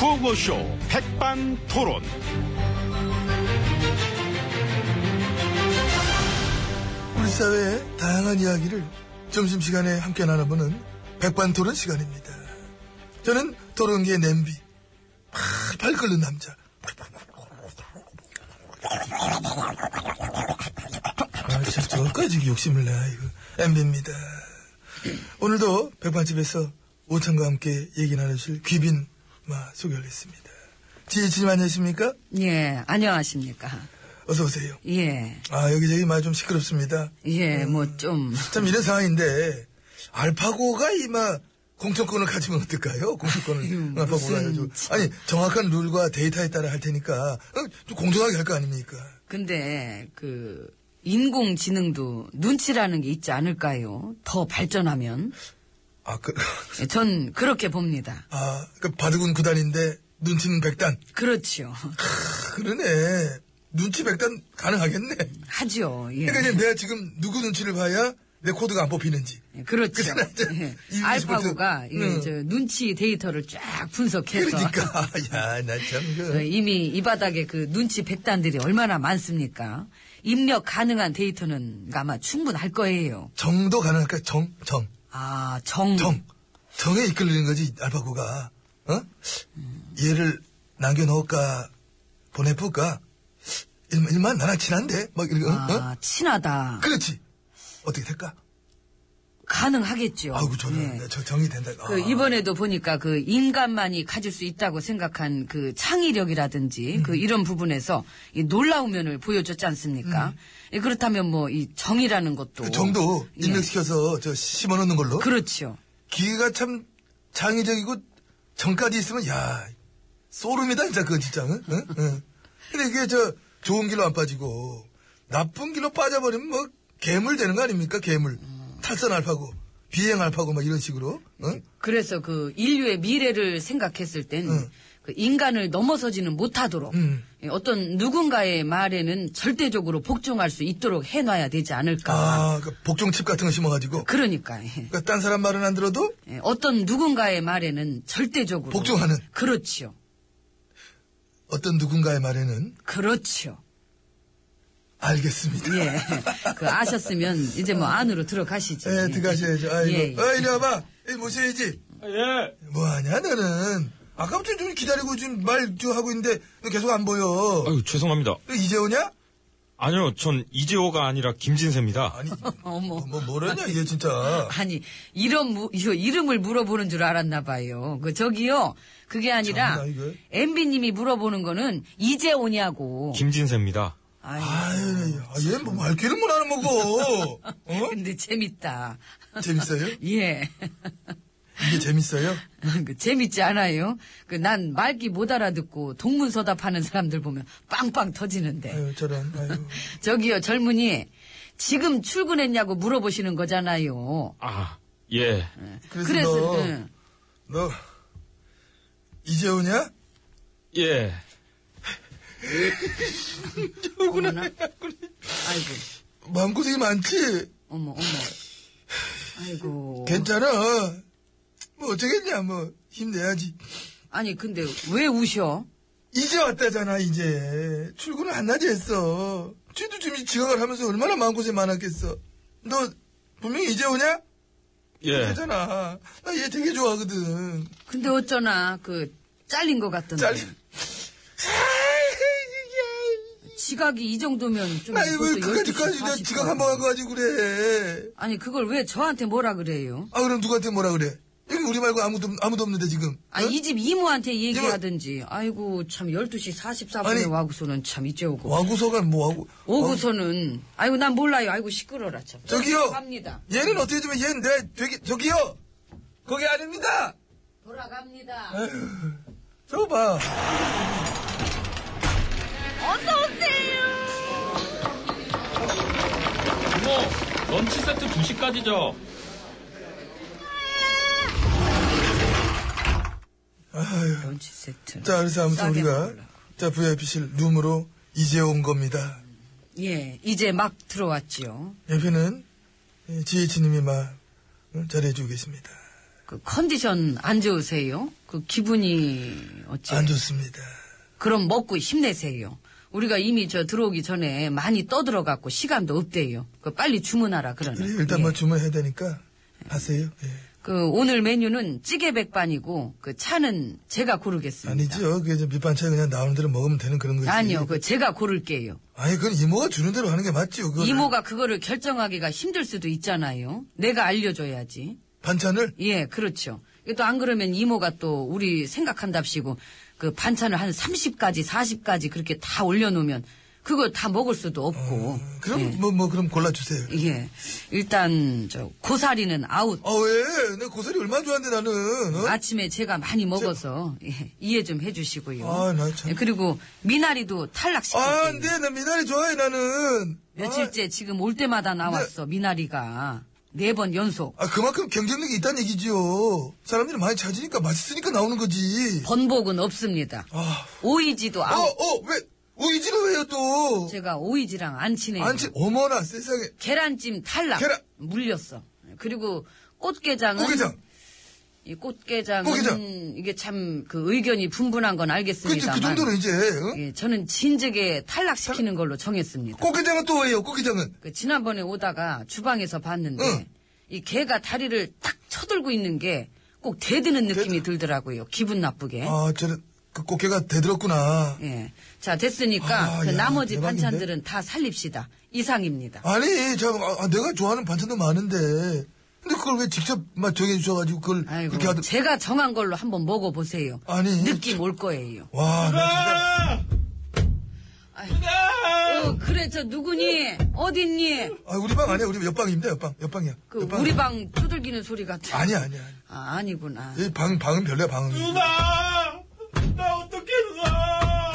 라디오쇼 백반토론. 우리 사회의 다양한 이야기를 점심시간에 함께 나눠보는 백반토론 시간입니다. 저는 토론기의 냄비, 팔팔 끓는 남자. 아, 진짜 저까지 욕심을 내, 이거. 엠비입니다. 오늘도 백반집에서 오찬과 함께 얘기 나누실 귀빈 마 소개를 했습니다. 지혜진님 안녕하십니까? 예, 안녕하십니까. 어서오세요. 예, 아, 여기저기 말 좀 시끄럽습니다. 음. 예, 뭐 좀, 참 이런 상황인데 알파고가 이마 공천권을 가지면 어떨까요? 공천권을 아유, 알파고가 무슨 가지고 아니 정확한 룰과 데이터에 따라 할 테니까 어, 좀 공정하게 할 거 아닙니까? 근데, 그, 인공지능도 눈치라는 게 있지 않을까요? 더 발전하면. 아 그 예, 전 그렇게 봅니다. 아, 그 바둑은 구단인데 눈치는 백단 그렇지요. 크, 그러네 눈치 백단 가능하겠네. 하죠, 예. 그러니까 이제 내가 지금 누구 눈치를 봐야 내 코드가 안 뽑히는지 그렇죠. 그잖아, 이제. 예, 이미지 알파고가 보통, 예, 음. 저 눈치 데이터를 쫙 분석해서 그러니까 야나참 어, 그. 이미 이 바닥에 그 눈치 백단들이 얼마나 많습니까? 입력 가능한 데이터는 아마 충분할 거예요. 정도 가능할까 정 정. 아, 정. 정에 이끌리는 거지, 알파고가. 어? 얘를 남겨놓을까, 보내볼까? 일, 만 나랑 친한데? 막, 이러 어? 아, 친하다. 그렇지. 어떻게 될까? 가능하겠죠. 아이고, 저는, 예. 저 정이 된다. 아. 그 이번에도 보니까 그 인간만이 가질 수 있다고 생각한 그 음. 창의력이라든지 그 이런 부분에서 이 놀라운 면을 보여줬지 않습니까? 예, 그렇다면 뭐 이 정이라는 것도 음. 그 정도 예. 입력시켜서 저 심어놓는 걸로. 그렇죠. 기계가 참 창의적이고 정까지 있으면, 야 소름이다, 진짜, 그건 진짜. 응? 응? 응. 근데 이게 저 좋은 길로 안 빠지고 나쁜 길로 빠져버리면 뭐 괴물 되는 거 아닙니까? 괴물. 음. 탈선 알파고, 비행 알파고 막 이런 식으로. 응? 그래서 그 인류의 미래를 생각했을 땐 응. 그 인간을 넘어서지는 못하도록 응. 예, 어떤 누군가의 말에는 절대적으로 복종할 수 있도록 해놔야 되지 않을까. 아, 그 복종칩 같은 거 심어가지고. 그러니까. 예. 그러니까 딴 사람 말은 안 들어도 예, 어떤 누군가의 말에는 절대적으로 복종하는. 그렇죠. 어떤 누군가의 말에는 그렇죠. 알겠습니다. 예. 그 아셨으면 이제 뭐 안으로 들어가시죠. 예, 예. 들어가셔야죠. 아이고. 예, 예. 어, 이리 와봐. 이 모셔야지. 예. 뭐하냐, 너는. 아까부터 좀 기다리고 지금 말 좀 하고 있는데 너 계속 안 보여. 아유, 죄송합니다. 너 이제 오냐? 아니요, 전 이재호가 아니라 김진세입니다. 아니, 어머. 뭐, 뭐랬냐, 얘 진짜. 아니 이런 무, 이 이름을 물어보는 줄 알았나 봐요. 그 저기요. 그게 아니라 참나, 이거. MB 님이 물어보는 거는 이제 오냐고. 김진세입니다. 아유. 아유, 얘뭐 말귀를 못 하는 거고. 어? 근데 재밌다. 재밌어요? 예. 이게 재밌어요? 그 재밌지 않아요? 그 난 말기 못 알아듣고 동문서답하는 사람들 보면 빵빵 터지는데. 아유, 저런, 아유. 저기요 젊은이 지금 출근했냐고 물어보시는 거잖아요. 예. 아, 예. 그래서, 너, 응. 너, 이제 오냐? 예. 어머나. 아이고 마음고생이 많지? 어머 어머. 아이고. 괜찮아. 뭐, 어쩌겠냐, 뭐, 힘내야지. 아니 근데 왜 우셔? 이제 왔다잖아, 이제. 출근을 한낮에 했어. 쟤도 지금 이 지각을 하면서 얼마나 마음고생 많았겠어. 너, 분명히 이제 오냐? 예. 괜찮아. 나 얘 되게 좋아하거든. 근데 어쩌나 그 잘린 것 같던데. 잘리. 지각이 이 정도면 좀. 아니, 왜 벌써 12시 그까지까지 나 40분. 지각 한 번 하고 가지고 그래. 아니 그걸 왜 저한테 뭐라 그래요? 아, 그럼 누구한테 뭐라 그래? 여기 우리 말고 아무도, 없- 아무도 없는데, 지금. 아, 어? 이 집 이모한테 얘기하든지. 아이고, 참, 12시 44분에 아니. 와구서는 참, 이제 오고. 와구서가 뭐 하고. 오구서는, 아이고, 난 몰라요. 아이고, 시끄러라, 참. 저기요. 갑니다. 얘는 어떻게 좀, 얘는 내, 되게, 저기요! 거기 아닙니다! 돌아갑니다. 저거 봐. 이모, 런치 세트 2시까지죠. 런치 세트. 자, 그래서 아무튼 싸게 우리가, 먹으려고. 자, VIP실 룸으로 이제 온 겁니다. 예, 이제 막 들어왔지요. 옆에는 지혜치님이 막 어, 잘해주고 음, 계십니다. 그 컨디션 안 좋으세요? 그 기분이 어째? 안 좋습니다. 그럼 먹고 힘내세요. 우리가 이미 저 들어오기 전에 많이 떠들어갖고 시간도 없대요. 그 빨리 주문하라 그러네. 그래, 일단 예. 뭐 주문해야 되니까 하세요. 예. 그 오늘 메뉴는 찌개 백반이고 그 차는 제가 고르겠습니다. 아니죠. 그게 이제 밑반찬 그냥 나오는 대로 먹으면 되는 그런 거지. 아니요, 그 제가 고를게요. 아니, 그건 이모가 주는 대로 하는 게 맞죠. 그 이모가 그거를 결정하기가 힘들 수도 있잖아요. 내가 알려줘야지. 반찬을 예, 그렇죠. 또 안 그러면 이모가 또 우리 생각한답시고 그 반찬을 한 30가지, 40가지 그렇게 다 올려놓으면 그거 다 먹을 수도 없고. 그럼 예. 뭐 뭐 그럼 골라 주세요. 예. 일단 저 고사리는 아웃. 아 왜? 내 고사리 얼마나 좋아하는데 나는. 어? 아침에 제가 많이 먹어서 예, 이해 좀 해주시고요. 아, 나 참. 예, 그리고 미나리도 탈락시켰어요. 아, 근데 나 미나리 좋아해 나는. 아, 며칠째 지금 올 때마다 네. 나왔어 미나리가 네 번 연속 아, 그만큼 경쟁력이 있다는 얘기지요. 사람들이 많이 찾으니까 맛있으니까 나오는 거지. 번복은 없습니다. 아, 오이지도 어, 아웃. 어, 왜? 오이지는 왜요 또? 제가 오이지랑 안 친해요. 어. 안치 어머나 세상에 계란찜 탈락. 계란- 물렸어. 그리고 꽃게장은 고기장. 이 꽃게장은 꽃게장. 이게 참 그 의견이 분분한 건 그, 알겠습니다만 그 정도는 이제. 응? 예, 저는 진즉에 탈락시키는 걸로 정했습니다. 꽃게장은 또 왜요? 꽃게장은 그 지난번에 오다가 주방에서 봤는데 응. 이 개가 다리를 딱 쳐들고 있는 게 꼭 대드는 느낌이 들더라고요. 기분 나쁘게. 아, 저는 그 꽃게가 대들었구나. 예. 자, 됐으니까 아, 그 야, 나머지 대박인데? 반찬들은 다 살립시다. 이상입니다. 아니, 참, 아, 아, 내가 좋아하는 반찬도 많은데. 근데 그걸 왜 직접 막 정해주셔가지고 그걸 아이고, 그렇게 하든. 제가 정한 걸로 한번 먹어보세요. 아니. 느낌 올 거예요. 와, 나 진짜. 어, 그래, 저 누구니? 어딨니? 아, 우리 방 아니야. 우리 옆방입니다. 옆방. 옆방이야. 그 옆방. 우리 방 두들기는 소리 같아. 아니야, 아니야. 아니야. 아, 아니구나. 이그 방, 방은 별로야, 방은. 누나! 나 어떻게 누나!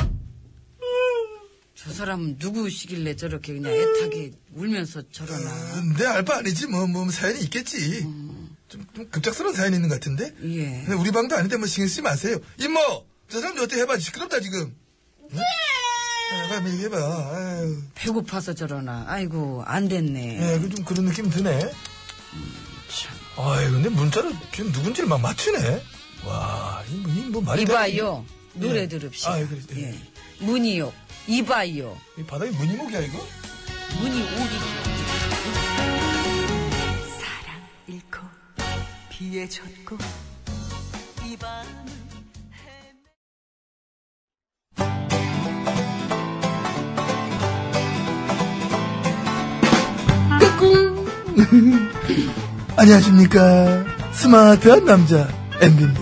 저 사람 누구시길래 저렇게 그냥 애타게 울면서 저러나. 음, 내 알바 아니지. 뭐, 뭐, 사연이 있겠지. 좀, 좀 급작스러운 사연이 있는 것 같은데. 예. 근데 우리 방도 아닌데 뭐 신경 쓰지 마세요. 이모! 저 사람 좀 어떻게 해봐. 시끄럽다, 지금. 응? 아, 빨리 얘기해봐. 아유. 배고파서 저러나. 아이고, 안 됐네. 예, 그 좀 그런 느낌 드네. 참. 아이, 근데 문자를 지금 누군지를 막 맞추네. 와, 이 뭐, 이 뭐, 말이 이봐요. 노래 예. 들읍시다. 아, 그래, 네. 예. 문이요. 이봐요. 되네. 이 바닥이 무늬목이야, 이거? 문이 오기 사랑 잃고 비에 젖고 이 밤을 헤매 안녕하십니까. 스마트한 남자, 엠비입니다.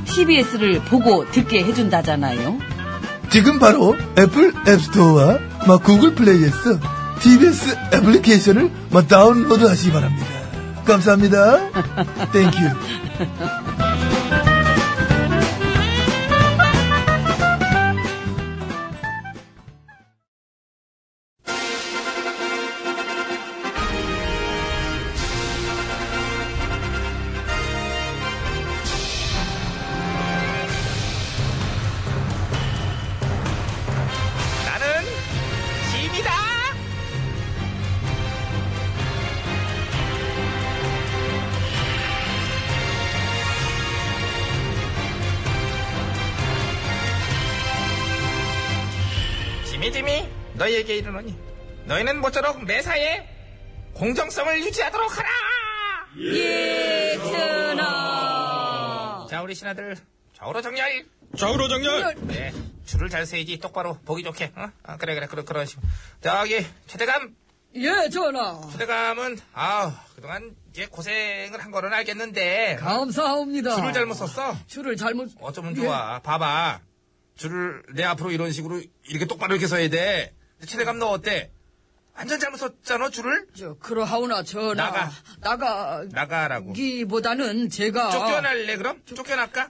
TBS를 보고 듣게 해준다잖아요. 지금 바로 애플 앱스토어와 막 구글 플레이에서 TBS 애플리케이션을 막 다운로드 하시기 바랍니다. 감사합니다. 땡큐. 나는 짐이다. 지미 지미 너희에게 이르노니 너희는 모쪼록 매사에 공정성을 유지하도록 하라. 예, 예천아 자 우리 신하들 좌우로 정렬. 좌우로 정렬! 네 줄을 잘 세이지 똑바로 보기 좋게. 어? 아, 그래 그래 그런 그런 식. 저기 최대감 예천아 최대감은 아 그동안 이제 고생을 한 거는 알겠는데 감사합니다 줄을 잘못 썼어. 줄을 잘못 어쩌면 좋아. 봐봐 줄을 내 앞으로 이런 식으로 이렇게 똑바로 이렇게 서야 돼. 최대감 너 어때? 완전 잘못 썼잖아 줄을. 저, 그러하오나 전하 나가. 나가 나가라고. 기보다는 제가 쫓겨날래 그럼? 쫓겨날까?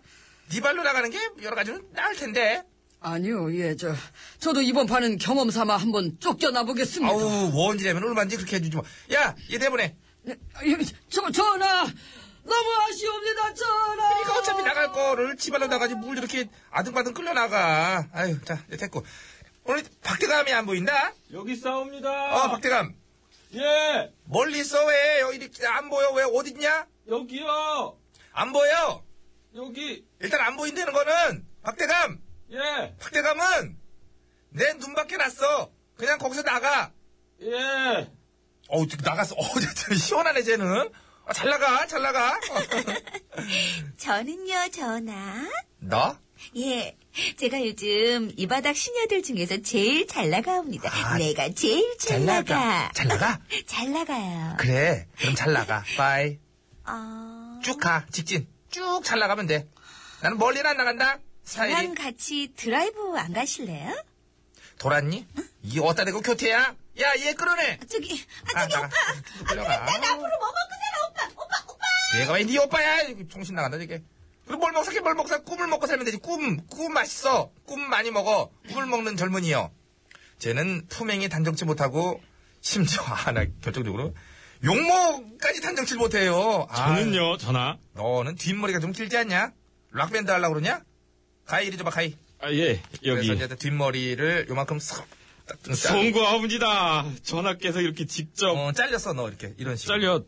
네 발로 나가는 게 여러 가지는 나을 텐데. 아니요, 예, 저, 저도 이번 판은 경험 삼아 한번 쫓겨나 보겠습니다. 아우 원지라면 얼마인지 그렇게 해주지 뭐. 야, 얘 대본에 네, 예, 저, 전하! 너무 아쉬웁니다, 전하! 그러니까 어차피 나갈 거를 지발로 나가지 뭘 이렇게 아등바등 끌려 나가. 아유, 자, 이제 됐고. 오늘 박대감이 안 보인다? 여기 싸웁니다. 어, 박대감. 예, 멀리 있어, 왜? 여기 이렇게 안 보여? 왜? 어디 있냐? 여기요. 안 보여! 여기, 일단 안 보인다는 거는, 박대감! 예, 박대감은, 내 눈밖에 났어. 그냥 거기서 나가. 예. 어우, 지금 나갔어. 어우, 진짜 시원하네, 쟤는. 아, 잘 나가, 잘 나가. 어. 저는요, 전하. 나? 예. 제가 요즘 이 바닥 시녀들 중에서 제일 잘 나가옵니다. 아, 내가 제일 잘, 나가. 잘 나가? 잘 나가요. 그래. 그럼 잘 나가. 빠이. 어, 쭉 가, 직진. 쭉 잘 나가면 돼. 나는 멀리는 안 나간다. 저랑 스타일이. 같이 드라이브 안 가실래요? 돌았니? 이 어따 대고 교태야? 야, 얘 끌어내. 아, 저기, 아, 저기 나가. 오빠. 쭉 안 끌려가. 되겠다. 나 앞으로 뭐 먹고 살아, 오빠. 오빠, 오빠. 내가 왜 네 오빠야? 이거 정신 나간다, 이게. 그리고 뭘 먹고 살게, 뭘 먹고 살, 꿈을 먹고 살면 되지. 꿈, 꿈 맛있어. 꿈 많이 먹어. 꿈을 먹는 젊은이요. 쟤는 품행이 단정치 못하고, 심지어, 아, 나 결정적으로, 용모까지 단정치 못해요. 아, 저는요, 전화. 너는 뒷머리가 좀 길지 않냐? 락밴드 하려고 그러냐? 가이, 이리 줘봐, 가이. 아, 예, 그래서 여기. 이제 뒷머리를 요만큼 싹, 딱좀 잘라. 송구하옵니다. 전하께서 이렇게 직접 어, 잘렸어, 너, 이렇게. 이런 식으로.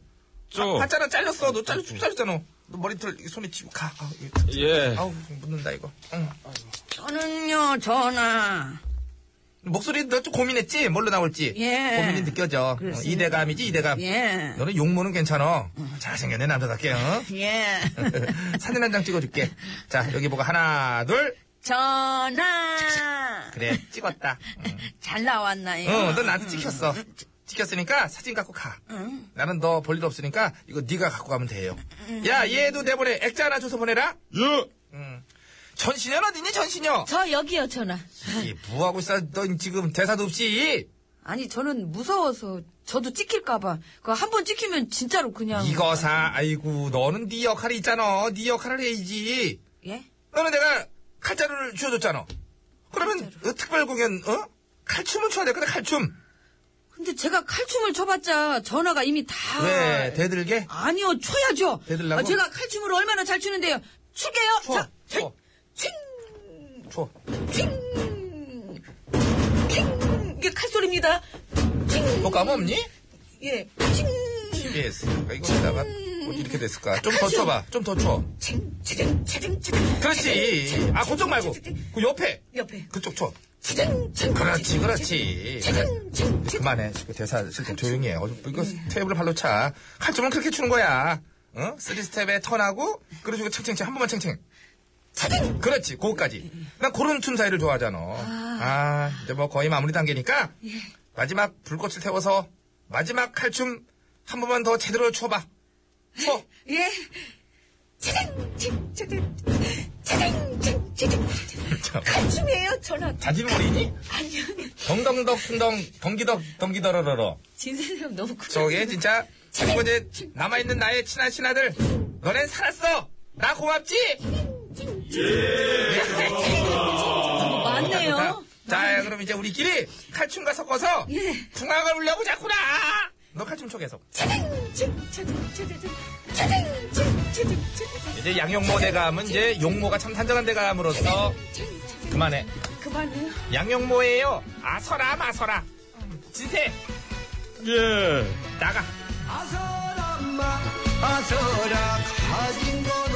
잘렸죠? 아, 잖아 잘렸어. 너 잘렸, 쭉 잘렸잖아. 너 머리털 이 손에 쥐고 가. 아, 이거 예. 아우 묻는다 이거. 응. 저는요, 전하. 목소리 너 좀 고민했지? 뭘로 나올지. 예. 고민이 느껴져. 어, 그렇습니다. 이대감이지 이대감. 예. 너는 용모는 괜찮아. 잘생겼네 남자답게. 어? 예. 사진 한 장 찍어줄게. 자 여기 보고 하나 둘. 전하! 그래 찍었다. 잘 나왔나요? 어너 나한테 찍혔어. 찍혔으니까 사진 갖고 가. 나는 너 볼 일 없으니까 이거 네가 갖고 가면 돼요. 야 얘도 내보내. 액자 하나 줘서 보내라. 예. 전신여 어디니 전신여? 저 여기요, 전하. 이 뭐하고 있어? 넌 지금 대사도 없이. 아니, 저는 무서워서, 저도 찍힐까봐. 그 한 번 찍히면 진짜로 그냥. 이거사 아이고 너는 네 역할이 있잖아 네 역할을 해야지 예? 너는 내가 칼자루를 쥐어줬잖아 그러면 어, 특별 공연 어 칼춤을 춰야 돼 근데 칼춤 근데 제가 칼춤을 춰봤자, 전화가 이미 다. 왜 대들게 아니요, 쳐야죠. 대들라고? 아, 제가 칼춤을 얼마나 잘 추는데요. 추게요. 자, 춰 칭, 춰 칭, 칭. 이게 칼소리입니다. 칭. 너 까먹었니? 예, 칭, 예스 그러니까 이거에다가 어떻게 이렇게 됐을까 좀 더 쳐봐 좀 더쳐 칭, 치등, 치등, 치등. 그렇지 아 그쪽 말고 그 옆에 옆에. 그쪽 쳐 치등, 칭. 그렇지 그렇지 치등, 칭, 칭. 그만해. 지금 대사 실컷 조용히 해. 어, 이거 네. 테이블을 발로 차. 칼춤은 그렇게 추는 거야. 어? 쓰리 스텝에 턴하고, 그래가지고 챙챙챙, 한 번만 챙챙. 그렇지, 그거까지. 예, 난 그런 춤 사이를 좋아하잖아. 아, 이제 뭐 거의 마무리 단계니까. 예. 마지막 불꽃을 태워서, 마지막 칼춤 한 번만 더 제대로 추어봐. 추어. 예. 치등, 칭, 치등. 치등, 칭, 치등. 참. 칼춤이에요, 전화. 자질몰이니? 아니요. 덩덩덕, 덩덩, 덩기덕, 덩기더러러러. 진세님 너무 구 저게 진짜 그리고 이제 남아있는 나의 친한 신하들 너넨 살았어 나 고맙지 어, 많네요. 자 그럼 이제 우리끼리 칼춤과 섞어서 예. 풍악을 울려고 자꾸나 너 칼춤 쳐 계속 치등, 칭, 치등, 치등. 치등, 칭, 치등, 치등. 이제 양용모 대감은 이제 용모가 참 단정한 대감으로서 그만해 그만해요. 양용모예요 아서라 마서라 음, 진세 예. 나가 아서라, 마, 아서라, 가진 건